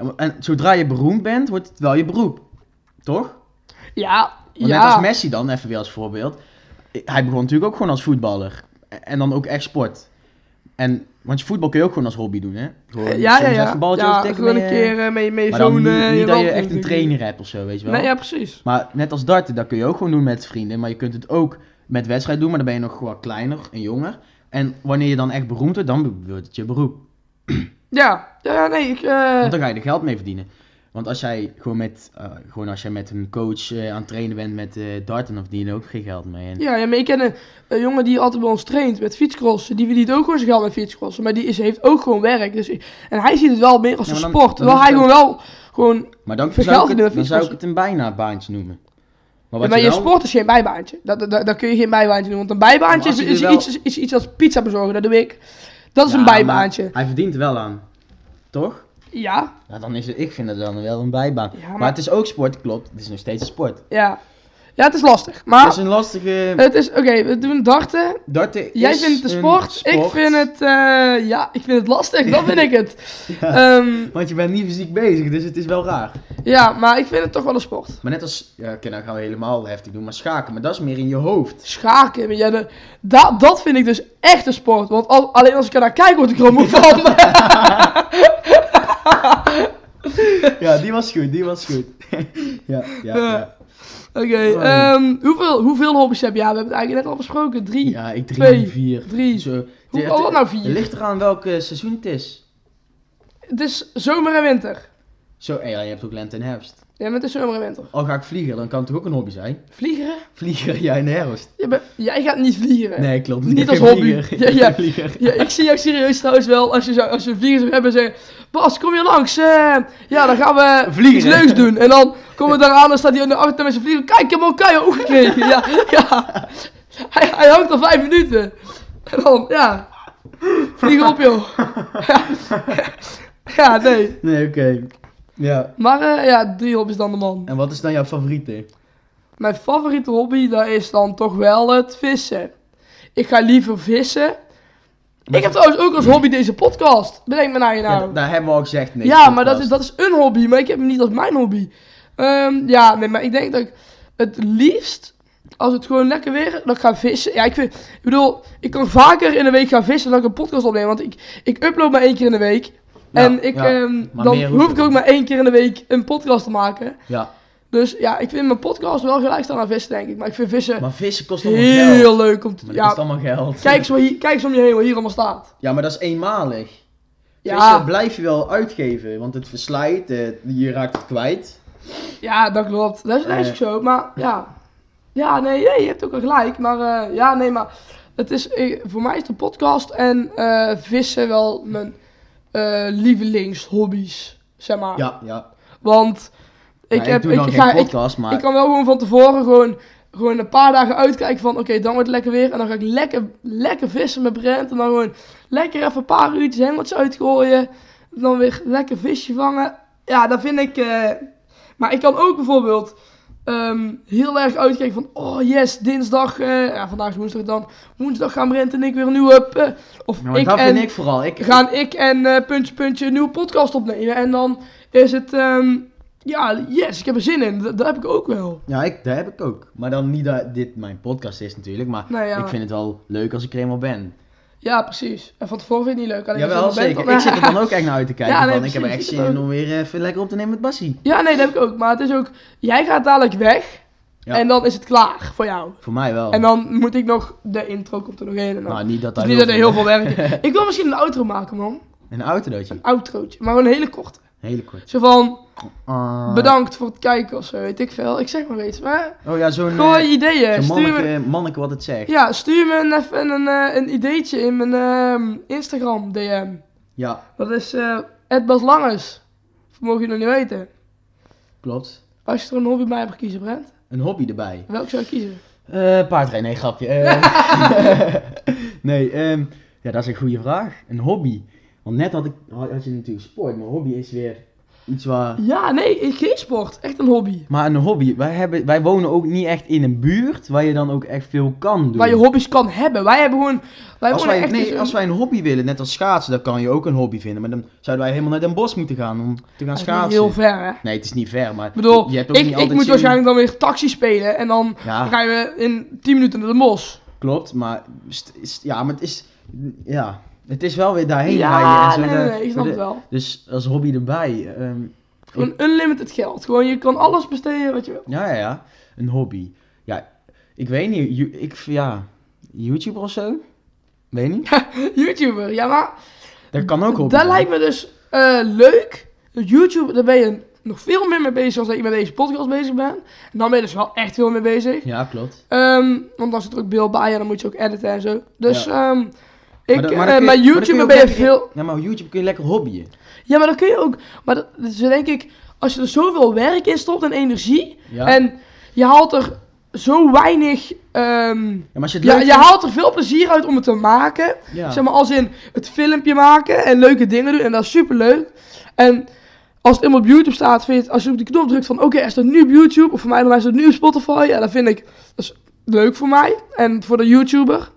En, en zodra je beroemd bent, wordt het wel je beroep. Toch? Ja, Want ja. net als Messi dan, even weer als voorbeeld. Hij begon natuurlijk ook gewoon als voetballer. En dan ook echt sport. En, want je voetbal kun je ook gewoon als hobby doen, hè? Gewoon ja, ja, soms ja. even een balletje ja, overtikken gewoon een met- keer eh, mee, mee Maar dan zo'n... niet, eh, niet dat je rand echt een doen. trainer hebt of zo, weet je wel. Nee, ja, precies. Maar net als darten, dat kun je ook gewoon doen met vrienden. Maar je kunt het ook met wedstrijd doen, maar dan ben je nog wat kleiner en jonger. En wanneer je dan echt beroemd wordt, dan wordt het je beroep. Ja, Ja, nee, ik... eh, Want dan ga je er geld mee verdienen. Want als jij gewoon met, eh, gewoon als jij met een coach eh, aan het trainen bent met eh darten, dan verdien je er ook geen geld mee. En, Ja, ja, maar ik ken een, een jongen die altijd bij ons traint met fietscrossen. Die verdient ook gewoon zijn geld met fietscrossen. Maar die is, heeft ook gewoon werk. Dus, en hij ziet het wel meer als Ja, een maar dan- sport. dan Terwijl is hij het gewoon wel gewoon... maar dan Voor zou, geld ik in de het, dan zou ik fiets- het een bijna baantje noemen. Maar Ja, wat maar je wel- sport is geen bijbaantje. Dat, dat, dat- daar kun je geen bijbaantje doen. Want een bijbaantje Maar als is, je er is, wel- iets, is, is iets als pizza bezorgen. Dat doe ik. Dat is Ja, een maar bijbaantje. Hij verdient er wel aan, toch? Ja, Ja, dan is het, ik vind het dan wel een bijbaan. Ja, maar... maar- het is ook sport, klopt. Het is nog steeds een sport. ja. Ja, het is lastig. Maar Het is een lastige... het is... Oké, we doen darten. darten Eh, Jij is vindt het een een sport. Ik vind het... eh, ja, ik vind het lastig. Dat vind ik het. Ehm, Want je bent niet fysiek bezig, dus het is wel raar. ja, maar ik vind het toch wel een sport. Maar net als, ja, oké, nou gaan we helemaal heftig doen, maar schaken, maar dat is meer in je hoofd. Schaken, maar ja, de- da- dat vind ik dus echt een sport. Want al- alleen als ik er naar kijk, word ik er al moe van. Ja, die was goed, die was goed. ja, Eh, ja, ja. Oké, Oh. ehm, hoeveel, hoeveel hobby's heb jij? We hebben het eigenlijk net al besproken. Drie. Ja, ik drie, Twee, vier. drie. Zo. Hoe Het- kan dat nou Het vier? ligt eraan welk eh, seizoen het is. Het is zomer en winter. Zo, eh, ja, je hebt ook lente en herfst. Ja, maar het is zomer en winter. Al ga ik vliegen, dan kan het toch ook een hobby zijn? Vliegeren? Vliegen, ja, in de herfst. Je bent- jij gaat niet vliegeren. Nee, klopt. Eh, Niet Ik als ben hobby. vlieger. Ja, Ik ja. ben vlieger. Ja, ik zie jou serieus trouwens wel, als je, zou, als je vliegers zou hebben, zeggen, Bas, kom je langs, eh, ja, dan gaan we Vliegen. iets leuks doen. En dan komen we daaraan, dan staat hij in de auto met zijn vlieger, kijk, ik heb hem al keihard opgekregen. Ja, ja. Hij, hij hangt al vijf minuten. En dan, ja, vlieg op joh. Ja, ja nee. Nee, oké. Ja. Maar eh, ja, drie hobby's dan de man. En wat is dan jouw favoriete? Mijn favoriete hobby, dat is dan toch wel het vissen. Ik ga liever vissen. Ik heb trouwens ook als hobby deze podcast. Bedenk me nou je Ja, nou. da- daar hebben we al gezegd, nee. Ja, maar dat is, dat is een hobby, maar ik heb hem niet als mijn hobby. Ehm, ja, nee, maar ik denk dat ik het liefst, als het gewoon lekker weer is, dat ik ga vissen. Ja, ik, vind, ik bedoel, ik kan vaker in de week gaan vissen dan ik een podcast opneem, want ik, ik upload maar één keer in de week. Ja, en ik, ja, ehm, maar dan meer hoeft hoef ik ook ook niet. maar één keer in de week een podcast te maken. Ja, Dus ja, ik vind mijn podcast wel gelijk staan aan vissen, denk ik. Maar ik vind vissen maar vissen kost allemaal geld. heel leuk om te... Maar dat kost Ja, allemaal geld. kijk eens, wat hier, kijk eens om je heen, wat hier allemaal staat. Ja, maar dat is eenmalig. Ja. Vissen blijf je wel uitgeven, want het verslijt, eh, je raakt het kwijt. Ja, dat klopt. Dat is, dat is Eh. ook zo, maar ja. Ja, nee, nee, je hebt ook wel gelijk. Maar eh, ja, nee, maar het is, ik- voor mij is de podcast en eh, vissen wel mijn eh lievelingshobby's, zeg maar. Ja, ja. Want ik, Ja, heb, doe dan ik, geen ga, ik, podcast, maar ik kan wel gewoon van tevoren gewoon, gewoon een paar dagen uitkijken van... Oké, dan wordt het lekker weer en dan ga ik lekker, lekker vissen met Brent. En dan gewoon lekker even een paar uurtjes hengeltjes uitgooien. Dan weer lekker visje vangen. Ja, dat vind ik... eh, maar ik kan ook bijvoorbeeld ehm, heel erg uitkijken van... Oh yes, dinsdag... eh, ja, vandaag is woensdag dan. Woensdag gaan Brent en ik weer een nieuwe... eh, of Ja, maar ik dat en vind ik vooral. Ik, gaan ik en eh, Puntje Puntje een nieuwe podcast opnemen. En dan is het, ehm, ja, yes, ik heb er zin in. Dat, dat heb ik ook wel. Ja, ik, dat heb ik ook. Maar dan niet dat dit mijn podcast is natuurlijk, maar Nou ja. ik vind het wel leuk als ik er eenmaal ben. Ja, precies. En van tevoren vind ik het niet leuk. Alleen Jawel, als je er zeker. bent, Ik zit er dan ook echt naar uit te kijken, Ja, nee, van ik heb er echt precies, ik zin in ook. om weer even lekker op te nemen met Bassie. Ja, nee, dat heb ik ook. Maar het is ook, jij gaat dadelijk weg. Ja. En dan is het klaar voor jou. Voor mij wel. En dan moet ik nog, de intro komt er nog in. En dan. nou, niet het dat daar is niet dat er heel veel- veel werk is. Ik wil misschien een outro maken, man. Een autodootje. Een outrootje, maar wel een hele korte. Hele kort. Zo van, Ah. bedankt voor het kijken of zo, weet ik veel. Ik zeg maar iets, maar Oh ja, zo'n eh, gooi ideeën. zo'n Stuur me- manneke, manneke wat het zegt. Ja, stuur me een- even een, eh, een ideetje in mijn ehm, Instagram DM. Ja, Dat is eh Bas Langes. Of mogen jullie nog niet weten. klopt. Als je er een hobby bij mag kiezen, Brent, Een hobby erbij. welke zou je kiezen? Eh paardrijden, nee, grapje. Eh, nee, ehm, ja, dat is een goede vraag. Een hobby. Want net had, ik, had had je natuurlijk sport, maar hobby is weer iets waar... Ja, nee, ik- geen sport. Echt een hobby. Maar een hobby, wij, hebben, wij wonen ook niet echt in een buurt waar je dan ook echt veel kan doen. Waar je hobby's kan hebben. Wij hebben gewoon... Wij als wonen wij, echt nee, in zo'n- als wij een hobby willen, net als schaatsen, dan kan je ook een hobby vinden. Maar dan zouden wij helemaal naar Den Bosch moeten gaan om te gaan Dat is niet schaatsen. heel ver, hè. Nee, het is niet ver, maar Ik bedoel, je hebt ook ik, niet ik altijd moet zin- waarschijnlijk dan weer taxi spelen. En dan Ja, gaan we in 10 minuten naar de mos. klopt, maar, st- is- ja, maar het is... Ja, het is wel weer daarheen rijden. en ja, zo nee, nee, de- nee, ik snap eh, de- het wel. Dus als hobby erbij. ehm, Gewoon unlimited geld. Gewoon, je kan alles besteden wat je wil. ja, ja, ja. Een hobby. Ja, ik weet niet. ju- Ik, ja, YouTuber of zo? Weet niet. YouTuber, ja maar... Dat kan ook hobby. Dat zijn. lijkt me dus Eh, leuk. YouTube, daar ben je nog veel meer mee bezig als dat je met deze podcast bezig bent. En dan ben je dus wel echt veel mee bezig. Ja, klopt. Ehm, want dan zit er ook beeld bij en dan moet je ook editen en zo. Dus ehm ik, dan- eh, dan kun je- met dan kun YouTube ook ben je lekker- veel... Ja, maar YouTube kun je lekker hobbyen. Ja, maar dan kun je ook... Maar dat, dat is denk ik, als je er zoveel werk in stopt en energie... Ja. En je haalt er zo weinig... ehm, Ja, maar als je het ja, leuk je haalt er veel plezier uit om het te maken. vindt- ja. Zeg maar als in het filmpje maken en leuke dingen doen. En dat is super leuk. En als het eenmaal op YouTube staat, vind je het, als je op die knop drukt van oké, er staat nu op YouTube. Of voor mij dan is het nu op Spotify. Ja, dat vind ik dat is leuk voor mij en voor de YouTuber.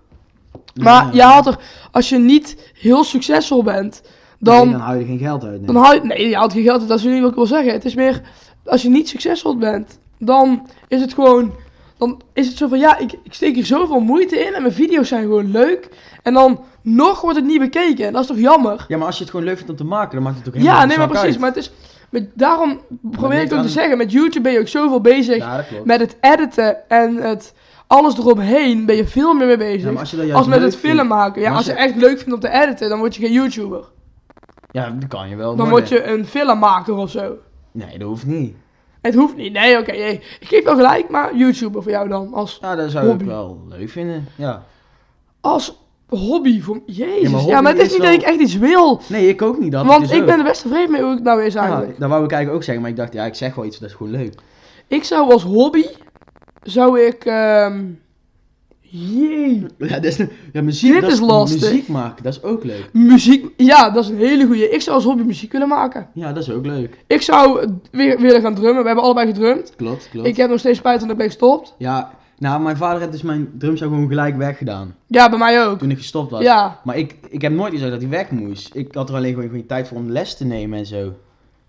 Maar Ja. je haalt er, als je niet heel succesvol bent, Nee, dan, dan hou je er geen geld uit. nee. dan hou je. Nee, je haalt geen geld uit. Dat is niet wat ik wil zeggen. Het is meer, als je niet succesvol bent, dan is het gewoon. Dan is het zo van ja, ik, ik steek hier zoveel moeite in en mijn video's zijn gewoon leuk. En dan nog wordt het niet bekeken. En dat is toch jammer? Ja, maar als je het gewoon leuk vindt om te maken, dan maakt het ook helemaal Ja, geen nee, maar zak precies. uit. Maar het is. met- daarom probeer niet ik ook aan- te zeggen: met YouTube ben je ook zoveel bezig. Ja, dat klopt. Met het editen en het alles eromheen ben je veel meer mee bezig. Ja, maar als je dat juist als met leuk het filmen vindt- maken. Ja, Maar als als je je- echt leuk vindt om te editen, dan word je geen YouTuber. Ja, dat kan je wel Dan word worden. je een filmmaker of zo. Nee, dat hoeft niet. Het hoeft niet. Nee, oké. nee. Ik geef wel gelijk, maar YouTuber voor jou dan. Als, Ja, Nou, dat zou ik Hobby. wel leuk vinden. Ja. als hobby voor... Jezus. Ja, maar, hobby het is, is niet wel- dat ik echt iets wil. Nee, ik ook niet. Dat Want is ik ook. ben er best tevreden mee hoe ik het nou is Ja, eigenlijk. dat wou ik eigenlijk ook zeggen, maar ik dacht, ja, ik zeg wel iets, dat is gewoon leuk. Ik zou als hobby... Zou ik... ehm Jee. Ja, dat is, ja muziek, Dit dat is lastig. muziek maken, dat is ook leuk. Muziek, ja, dat is een hele goeie. Ik zou als hobby muziek willen maken. Ja, dat is ook leuk. Ik zou eh, weer willen gaan drummen. We hebben allebei gedrumd. Klopt, klopt. Ik heb nog steeds spijt van dat ik ben gestopt. Ja, nou, mijn vader heeft dus mijn drumstel gewoon gelijk weggedaan. Ja, bij mij ook. Toen ik gestopt was. Ja. Maar ik, ik heb nooit gezegd dat hij weg moest. Ik had er alleen gewoon geen tijd voor om les te nemen en zo.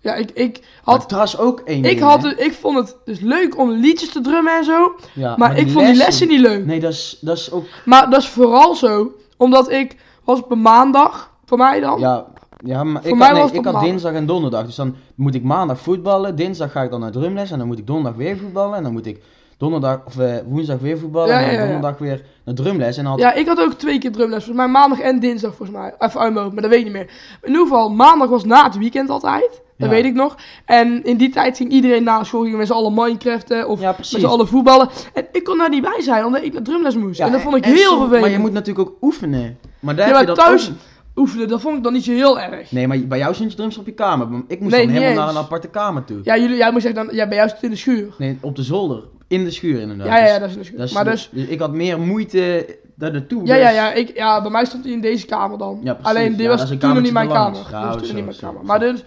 Ja, ik, ik Had, had... maar dat is ook één Ik, ding, had, hè? het- ik vond het dus leuk om liedjes te drummen en zo. Ja, Maar ik vond die lessen niet leuk. Nee, dat is, dat is ook... Maar dat is vooral zo, omdat ik was op een maandag, voor mij dan. Ja, ja maar ik, mij had, nee, was het ik op had maandag. dinsdag en donderdag. Dus dan moet ik maandag voetballen. Dinsdag ga ik dan naar drumles. En dan moet ik donderdag weer voetballen. En dan moet ik donderdag, of, eh, woensdag weer voetballen. Ja, en dan ja, ja. donderdag weer naar drumles. En dan had Ja, ik had ook twee keer drumles, volgens mij maandag en dinsdag volgens mij. Even uit mijn hoofd, maar dat weet ik niet meer. In ieder geval, maandag was na het weekend altijd, dat Ja. weet ik nog. En in die tijd ging iedereen na school, gingen met z'n allen Minecraften of Ja, met precies. z'n allen voetballen. En ik kon daar niet bij zijn, omdat ik naar drumles moest. Ja, en dat vond ik en heel zo- vervelend. Maar je moet natuurlijk ook oefenen. Maar daar Ja, heb maar je dat thuis ook- oefenen, dat vond ik dan niet zo heel erg. Nee, maar bij jou stond je drums op je kamer. Ik moest Nee, dan niet helemaal naar eens. een aparte kamer toe. Ja, jullie, jij moet zeggen, dan, ja, bij jou zit het in de schuur. Nee, op de zolder. In de schuur inderdaad. Ja, ja, Dus ja, dat is in de schuur. dat is- maar dus, dus ik had meer moeite daar naartoe. ja, dus- ja, ja, ik, ja, bij mij stond hij in deze kamer dan. Ja, precies. Alleen, dit Ja, dat was is een toen nog niet mijn kamertje te kamer. lang. Ja, was Ja, oh, toen zo, niet mijn zo, kamer. zo. Maar dus,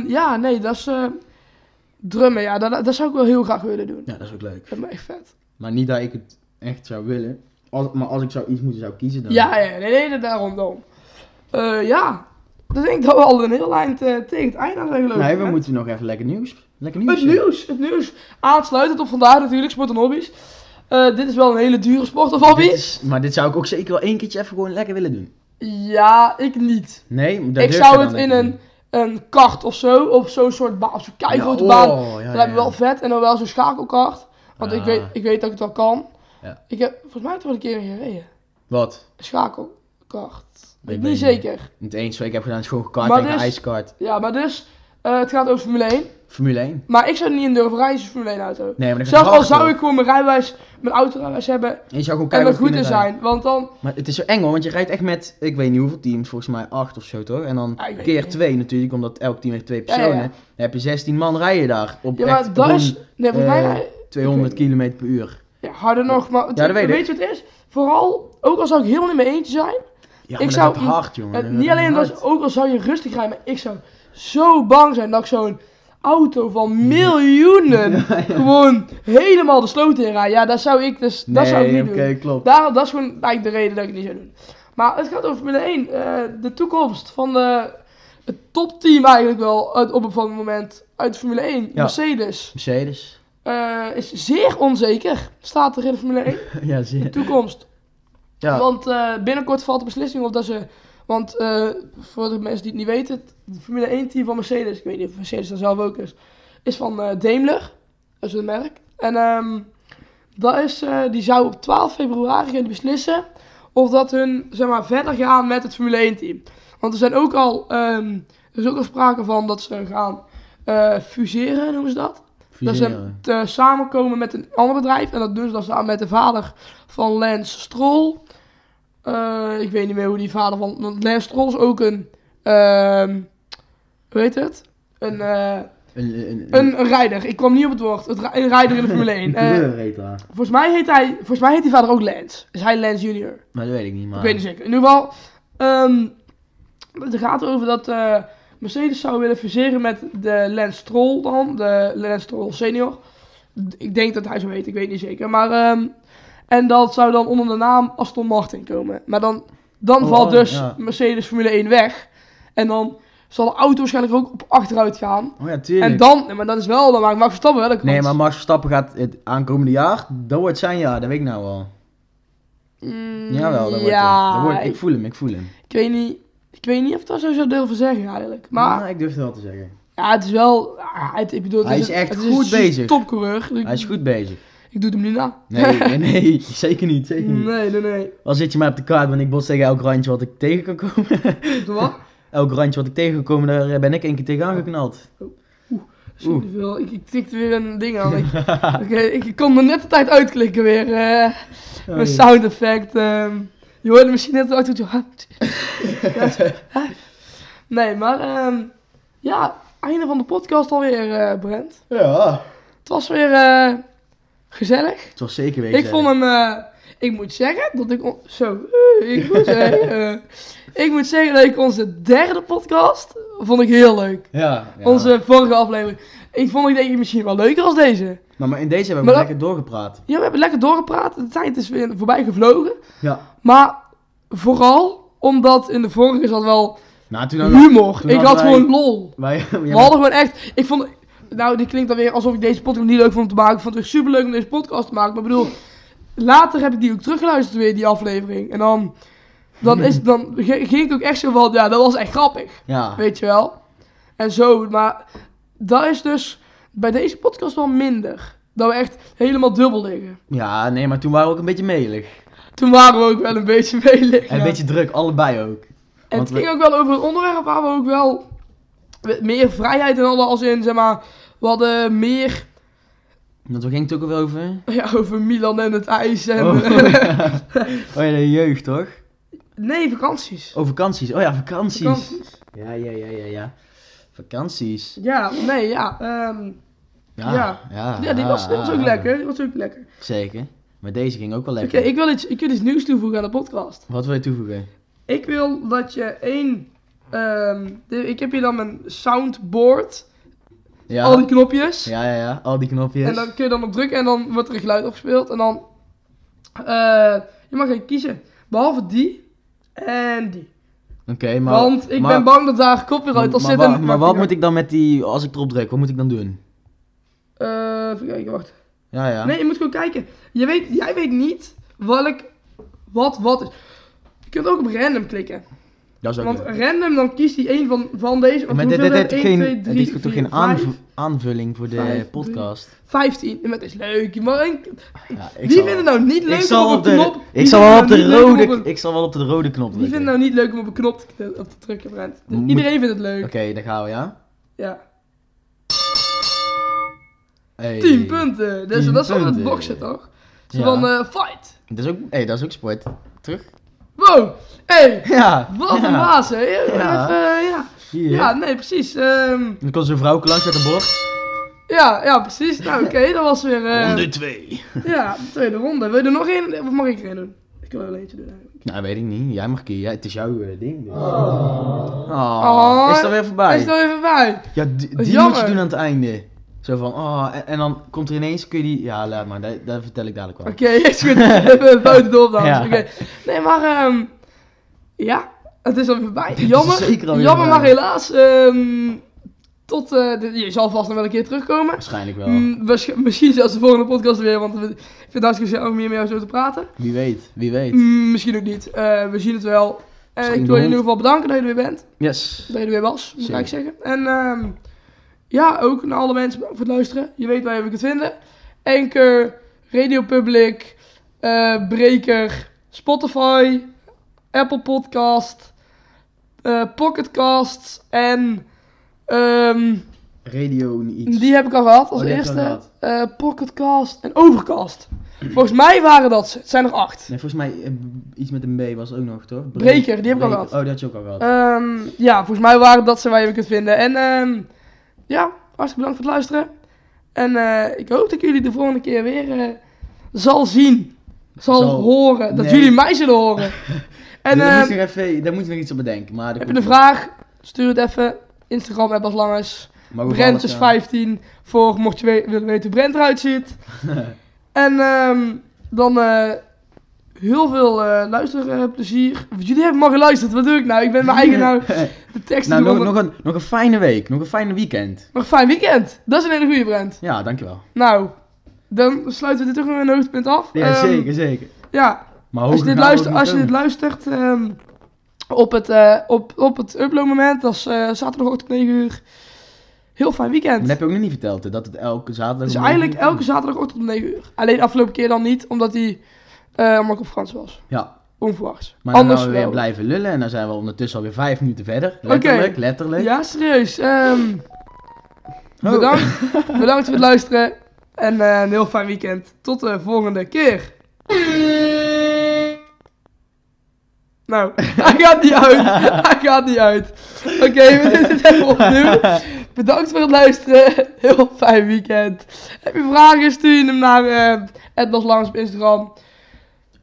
ehm, ja, nee, dat is... eh, drummen, ja, dat, dat zou ik wel heel graag willen doen. Ja, dat is ook leuk. Dat is echt vet. Maar niet dat ik het echt zou willen. Als, maar als ik zou iets moeten zou kiezen dan. Ja, ja, nee, nee, nee, daarom dan. Eh, ja, dan denk ik dat we al een heel eind eh, tegen het einde aan zijn gelopen. Nee, we hè? moeten nog even lekker nieuws. Lekker nieuws. Het zeggen. nieuws, het nieuws. Aansluitend op vandaag natuurlijk, sport en hobby's. Eh, dit is wel een hele dure sport of hobby. Dit is- maar dit zou ik ook zeker wel één keertje even gewoon lekker willen doen. Ja, ik niet. Nee, dat ik durf zou je dan het in niet. een, een kart of zo, op zo'n soort baan, op zo'n Ja, keigrote oh, baan. ja, dat ja, lijkt me ja. wel vet. En dan wel zo'n schakelkart. Want ik, Ah. weet, ik weet dat ik het wel kan. Ja. Ik heb volgens mij heb ik er wel een keer in gereden. Wat? Een Schakelkart. Weet ik weet niet niet. zeker. Het eens wat ik heb gedaan is gewoon kart Maar tegen dus- ijskart. Ja, maar dus, eh, het gaat over Formule 1. Formule 1. Maar ik zou er niet in durven rijden als Formule 1 auto. Nee, maar dan Zelfs al zou ik gewoon mijn rijbewijs, mijn autorijbewijs hebben En je zou gewoon en kijken er of je goed in kunt rijden. zijn. Want dan, Maar het is zo eng hoor, want je rijdt echt met, ik weet niet hoeveel teams, volgens mij acht of zo toch? En dan Ah, ik weet keer niet. twee natuurlijk, omdat elk team heeft twee Ja, ja, personen. ja. Dan heb je 16 man rijden daar op ja, maar echt dat rond is, nee, volgens eh, mij rij- 200 ik weet km per uur. ja, harder nog. Maar het- dat weet ik. je wat het is? Vooral, ook al zou ik helemaal niet mee eentje zijn. Ik Ja, maar zou- dat gaat hard jongen. En Dat niet gaat alleen dat, hard. ook al zou je rustig rijden, maar ik zou zo bang zijn dat ik zo'n auto van miljoenen gewoon helemaal de sloot in rijd. Ja, dat zou ik dus, dat zou ik Nee, niet oké, doen. klopt. Daarom, dat is gewoon eigenlijk de reden dat ik het niet zou doen. Maar het gaat over Formule 1, eh, de toekomst van de, het topteam eigenlijk wel uit, op het van het moment uit de Formule 1, Ja. Mercedes. Mercedes. eh, is zeer onzeker, staat er in de Formule 1, ja, zie de je. toekomst. Ja. Want eh, binnenkort valt de beslissing of dat ze. Want eh, voor de mensen die het niet weten, het Formule 1 team van Mercedes, ik weet niet of Mercedes dat zelf ook is, is van eh, Daimler. Dat is een merk. En ehm, dat is, eh, die zou op 12 februari gaan beslissen of dat hun zeg maar, verder gaan met het Formule 1 team. Want er zijn ook al ehm, Er is ook nog sprake van dat ze gaan eh, fuseren, noemen ze dat. Dat ze Fuseren. te samenkomen met een ander bedrijf. En dat doen ze dan samen met de vader van Lance Stroll. Eh, ik weet niet meer hoe die vader van... Want Lance Stroll is ook een... ehm, hoe heet het? Een, eh, Een, een, een, een rijder. Ik kwam niet op het woord. Het, ri- een rijder in de Formule 1. Eh, kleur heet dat. volgens, mij heet hij, volgens mij heet die vader ook Lance. Is hij Lance junior? Maar dat weet ik niet, maar... Ik weet niet zeker. In ieder geval, ehm, het gaat over dat eh, Mercedes zou willen fuseren met de Lance Stroll dan, de Lance Stroll senior. Ik denk dat hij zo heet, ik weet niet zeker. Maar, ehm, en dat zou dan onder de naam Aston Martin komen. Maar dan, dan Oh, valt oh, dus ja. Mercedes Formule 1 weg. En dan zal de auto waarschijnlijk ook op achteruit gaan. Oh ja, tuurlijk. En dan, nee, maar dat is wel, dan maakt Max Verstappen wel een kans. Nee, maar Max Verstappen gaat het aankomende jaar, dat wordt zijn jaar, dat weet ik nou al. Mm, Jawel, dat wordt ja, het. Dat wordt, ik ik, voel hem, ik voel hem. ik weet niet, ik weet niet of ik dat zo zou durven zeggen eigenlijk. Maar... Nou, ik durf het wel te zeggen. Ja, het is wel. ah, Het, ik bedoel, het Hij is, is echt het goed een bezig. Topcoureur. Ik, Hij is goed bezig. ik doe het hem niet na. Nee, nee, nee, zeker niet, zeker niet. nee, nee, nee. Al zit je maar op de kaart, want ik bots tegen elk randje wat ik tegen kan komen. Doe wat? elk randje wat ik tegen kan komen, daar eh, ben ik één keer tegenaan geknald. Zo veel. Ik, ik tikte weer een ding aan. Ik, Oké, ik kon er net de tijd uitklikken weer. eh Oh, mijn ja. sound effect. ehm. je hoorde misschien net uit je hand. Nee, maar ehm, ja, einde van de podcast alweer, eh, Brent. Ja, Het was weer eh, gezellig. het was zeker weten. Ik vond hem. eh, ik moet zeggen dat ik. on- Zo. eh, ik, moet zeggen, eh, ik moet zeggen dat ik onze derde podcast. vond ik heel leuk. Ja, ja. Onze vorige aflevering. Ik vond ik denk ik misschien wel leuker als deze. Maar, maar in deze hebben we Maar dat- lekker doorgepraat. Ja, we hebben lekker doorgepraat. De tijd is weer voorbij gevlogen. Ja. Maar vooral omdat in de vorige zat wel Nou, toen hadden we... humor. toen Ik hadden had wij- gewoon lol. Wij, ja, We maar- hadden gewoon echt. Ik vond. Nou, dit klinkt dan weer alsof ik deze podcast niet leuk vond om te maken. Ik vond het echt super leuk om deze podcast te maken. Maar ik bedoel, later heb ik die ook teruggeluisterd weer, die aflevering. En dan, dan, is, dan ge- ging ik ook echt zo van, ja, dat was echt grappig. Ja. Weet je wel? En zo, maar dat is dus bij deze podcast wel minder. Dat we echt helemaal dubbel liggen. ja, nee, maar toen waren we ook een beetje melig. Toen waren we ook wel een beetje meelig. En een ja. beetje druk, allebei ook. En Want het we- ging ook wel over een onderwerp waar we ook wel we- meer vrijheid in hadden. Als in, zeg maar, we hadden meer Want we gingen het ook al over. Ja, over Milan en het ijs en... eh, Oh. Oh ja, de jeugd toch? nee, vakanties. Oh, vakanties. Oh ja, vakanties. Vakanties. Ja, ja, ja, ja, ja. Vakanties. Ja, nee, ja. ehm, Ja, Ja. ja. ja, die was, die was ook ja. lekker. Die was ook lekker. Oké, Zeker. Maar deze ging ook wel Ah. lekker. ik, wil iets, ik wil iets nieuws toevoegen aan de podcast. Wat wil je toevoegen? Ik wil dat je één... ehm, de- ik heb hier dan mijn soundboard. Ja. Al die knopjes. ja, ja, ja. Al die knopjes. En dan kun je dan op drukken en dan wordt er een geluid opgespeeld. En dan... eh, je mag geen kiezen. Behalve die en die. Oké, maar... Want ik maar- ben bang dat daar copyright op maar, zit. wa- en- maar wat moet ik dan met die... Als ik erop druk, wat moet ik dan doen? Eh, even kijken, wacht. Ja, ja. Nee, je moet gewoon kijken. Je weet, jij weet niet welk, wat wat is. Je kunt ook op random klikken. Dat is ook Want leuk. random, dan kiest hij één van, van deze. Want Maar hoeveel dit, dit, dit, hebben we? geen, 1, 2, 3, dit is toch 4, geen aanv- 5, aanvulling voor de vijf, podcast? 15. Maar het is leuk. Maar een- Ja, ik wie zal- vinden nou niet leuk ik zal om op de, knop... ik wie zal vinden wel nou niet leuk op de om op rode, een- ik zal wel op de rode knop Wie drukken. vindt nou niet leuk om op een knop te, kn- op te drukken, Brent? De- Moet- Iedereen vindt het leuk. Oké, daar gaan we, ja? Ja. Hey. 10 punten. Dus Tien dat is wel het punten. boksen, toch? Zo Ja. van, eh, fight. Dat is ook, hey, dat is ook sport. Terug? Wow. Hey. Ja. Wat ja. een baas, hè? Even, Ja. eh, ja. Hier. Ja, nee, precies. Ehm, Dan kon zo'n vrouw ook langs met een bord. ja, ja, precies. Nou, oké, dat was weer. eh, 2. ja, de tweede ronde. Wil je er nog één? Of mag ik er één doen? Ik wil er wel eentje doen eigenlijk. Nou, weet ik niet. Jij mag kiezen. Ja, het is jouw eh, ding. dus. Oh. Oh. Is dat weer voorbij? Is er even bij? Ja, d- die moet jammer. je doen aan het einde. Zo van, oh, en, en dan komt er ineens, kun je die... Ja, laat maar, dat, dat vertel ik dadelijk wel. Oké, is goed. Even buiten de opdracht. Ja. Oké. Nee, maar. ehm, ja, het is alweer voorbij. is Jammer. zeker alweer Jammer, voorbij. maar helaas. ehm, tot. eh, de- je zal vast nog wel een keer terugkomen. Waarschijnlijk wel. Mm, waarsch- misschien zelfs de volgende podcast weer, want we- ik vind het hartstikke gezellig om hier met jou zo te praten. Wie weet, wie weet. Mm, misschien ook niet. Eh, we zien het wel. Eh, Misschien ik wil je in de ieder geval bedanken dat je er weer bent. Yes. Dat je er weer was, moet Zeker. ik zeggen. En ehm, ja, ook naar alle mensen bedankt voor het luisteren. Je weet waar je me kunt vinden. Anchor, Radio Public, eh Breaker, Spotify, Apple Podcast, eh, pocketcasts en ehm, Radio iets. die heb ik al gehad als Oh, die heb je al eerste. gehad. Eh pocketcast en overcast. Volgens mij waren dat ze. Het zijn er acht. Nee, volgens mij eh, b- iets met een B was ook nog, toch? Breek- Breker, die heb ik al Breker. gehad. Oh, dat had je ook al gehad. Ehm, ja, volgens mij waren dat ze waar je me kunt vinden. En ehm, ja, hartstikke bedankt voor het luisteren. En eh, ik hoop dat ik jullie de volgende keer weer eh, zal zien. Zal, Zal- horen. Dat Nee. jullie mij zullen horen. en daar, ehm, moet je nog even, daar moet je nog iets op bedenken. Maar dat heb je komt een wel. vraag? Stuur het even. Instagram app als langers. Maar we vallen Brent is staan. 15 voor mocht je we- willen weten hoe Brent eruit ziet. en ehm, dan eh, heel veel eh, luisterplezier. Jullie hebben maar geluisterd, wat doe ik nou? Ik ben mijn eigen nou de tekst nou, aan het nog, doen. nog, een, nog een fijne week. Nog een fijne weekend. Maar fijn weekend. Dat is een hele goede Brent. Ja, dankjewel. Nou, dan sluiten we dit ook nog met een hoogtepunt af. Ja, Ehm, zeker, zeker. Ja, Maar als je hoger dit, gaan we luistert, ook als je niet dit luistert ehm, op, het, eh, op, op het uploadmoment, dat is eh, zaterdagochtend 9 uur. Heel fijn weekend. Dat heb je ook nog niet verteld, hè, dat het elke zaterdag... Dus om eigenlijk negen uur elke zaterdagochtend om 9 uur. Alleen afgelopen keer dan niet, omdat hij eh omdat ik op Frans was. komt. Ja, Onverwachts. maar dan gaan we wel. weer blijven lullen en dan zijn we ondertussen alweer vijf minuten verder. Letterlijk, letterlijk. Ja, serieus. Ehm, Oh. bedankt. bedankt voor het luisteren. En eh, een heel fijn weekend. Tot de volgende keer. Nou, hij gaat niet uit. Hij gaat niet uit. Oké, we doen het even opnieuw. Bedankt voor het luisteren. Heel fijn weekend. Heb je vragen, stuur je hem naar eh Edbas Langs op Instagram.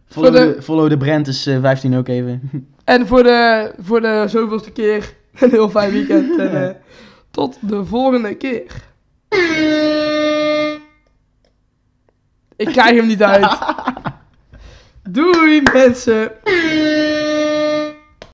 Follow, Voor de- de... follow de Brent is eh, 15 ook even. En voor de, voor de zoveelste keer een heel fijn weekend. En, eh, tot de volgende keer. Ik krijg hem niet uit. Doei mensen.